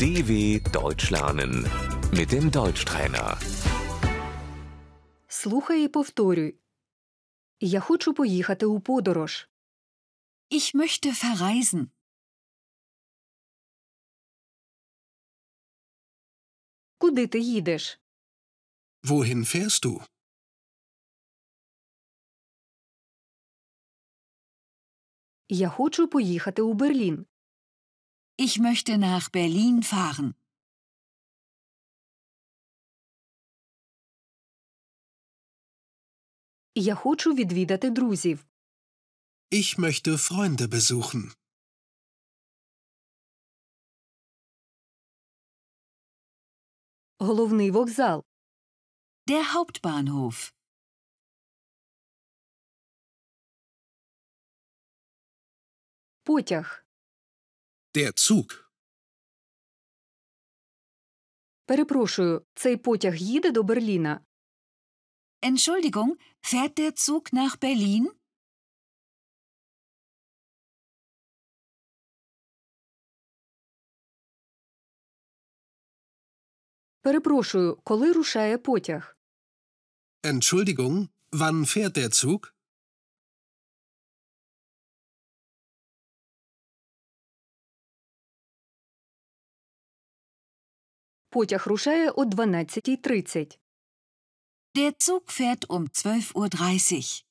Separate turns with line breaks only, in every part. DW Deutsch lernen mit dem Deutschtrainer.
Слухай і повторюй. Я хочу поїхати у подорож.
Ich möchte verreisen.
Куди ти їдеш?
Wohin fährst du?
Я хочу поїхати у Берлін.
Ich möchte nach Berlin fahren.
Я хочу відвідати друзів.
Ich möchte Freunde besuchen.
Головний вокзал.
Der Hauptbahnhof.
Потяг.
Der Zug.
Перепрошую, цей потяг їде до Берліна.
Entschuldigung, fährt der Zug nach Berlin?
Перепрошую, коли рушає потяг.
Entschuldigung, wann fährt der Zug?
Потяг рушає о 12.30.
Der Zug fährt um 12.30 Uhr.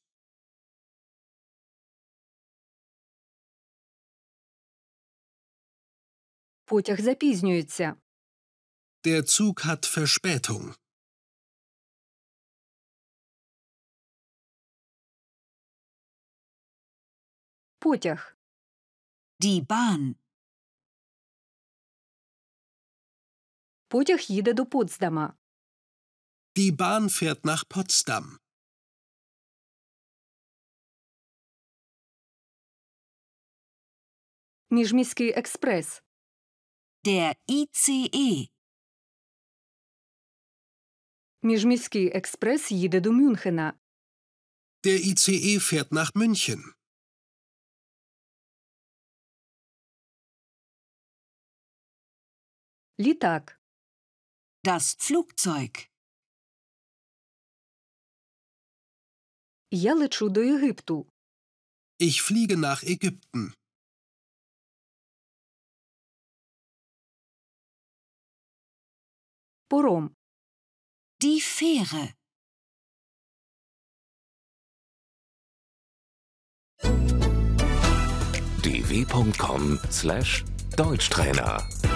Потяг запізнюється.
Der Zug hat Verspätung.
Потяг.
Die Bahn.
Потяг їде до Потсдама.
Die Bahn fährt nach Potsdam.
Міжміський експрес.
Der E, ICE.
Міжміський експрес їде до Мюнхена.
Der ICE fährt nach München.
Літак.
Das Flugzeug.
Я лечу до Єгипту.
Ich fliege nach Ägypten.
Пором.
Die Fähre.
dw.com/deutschtrainer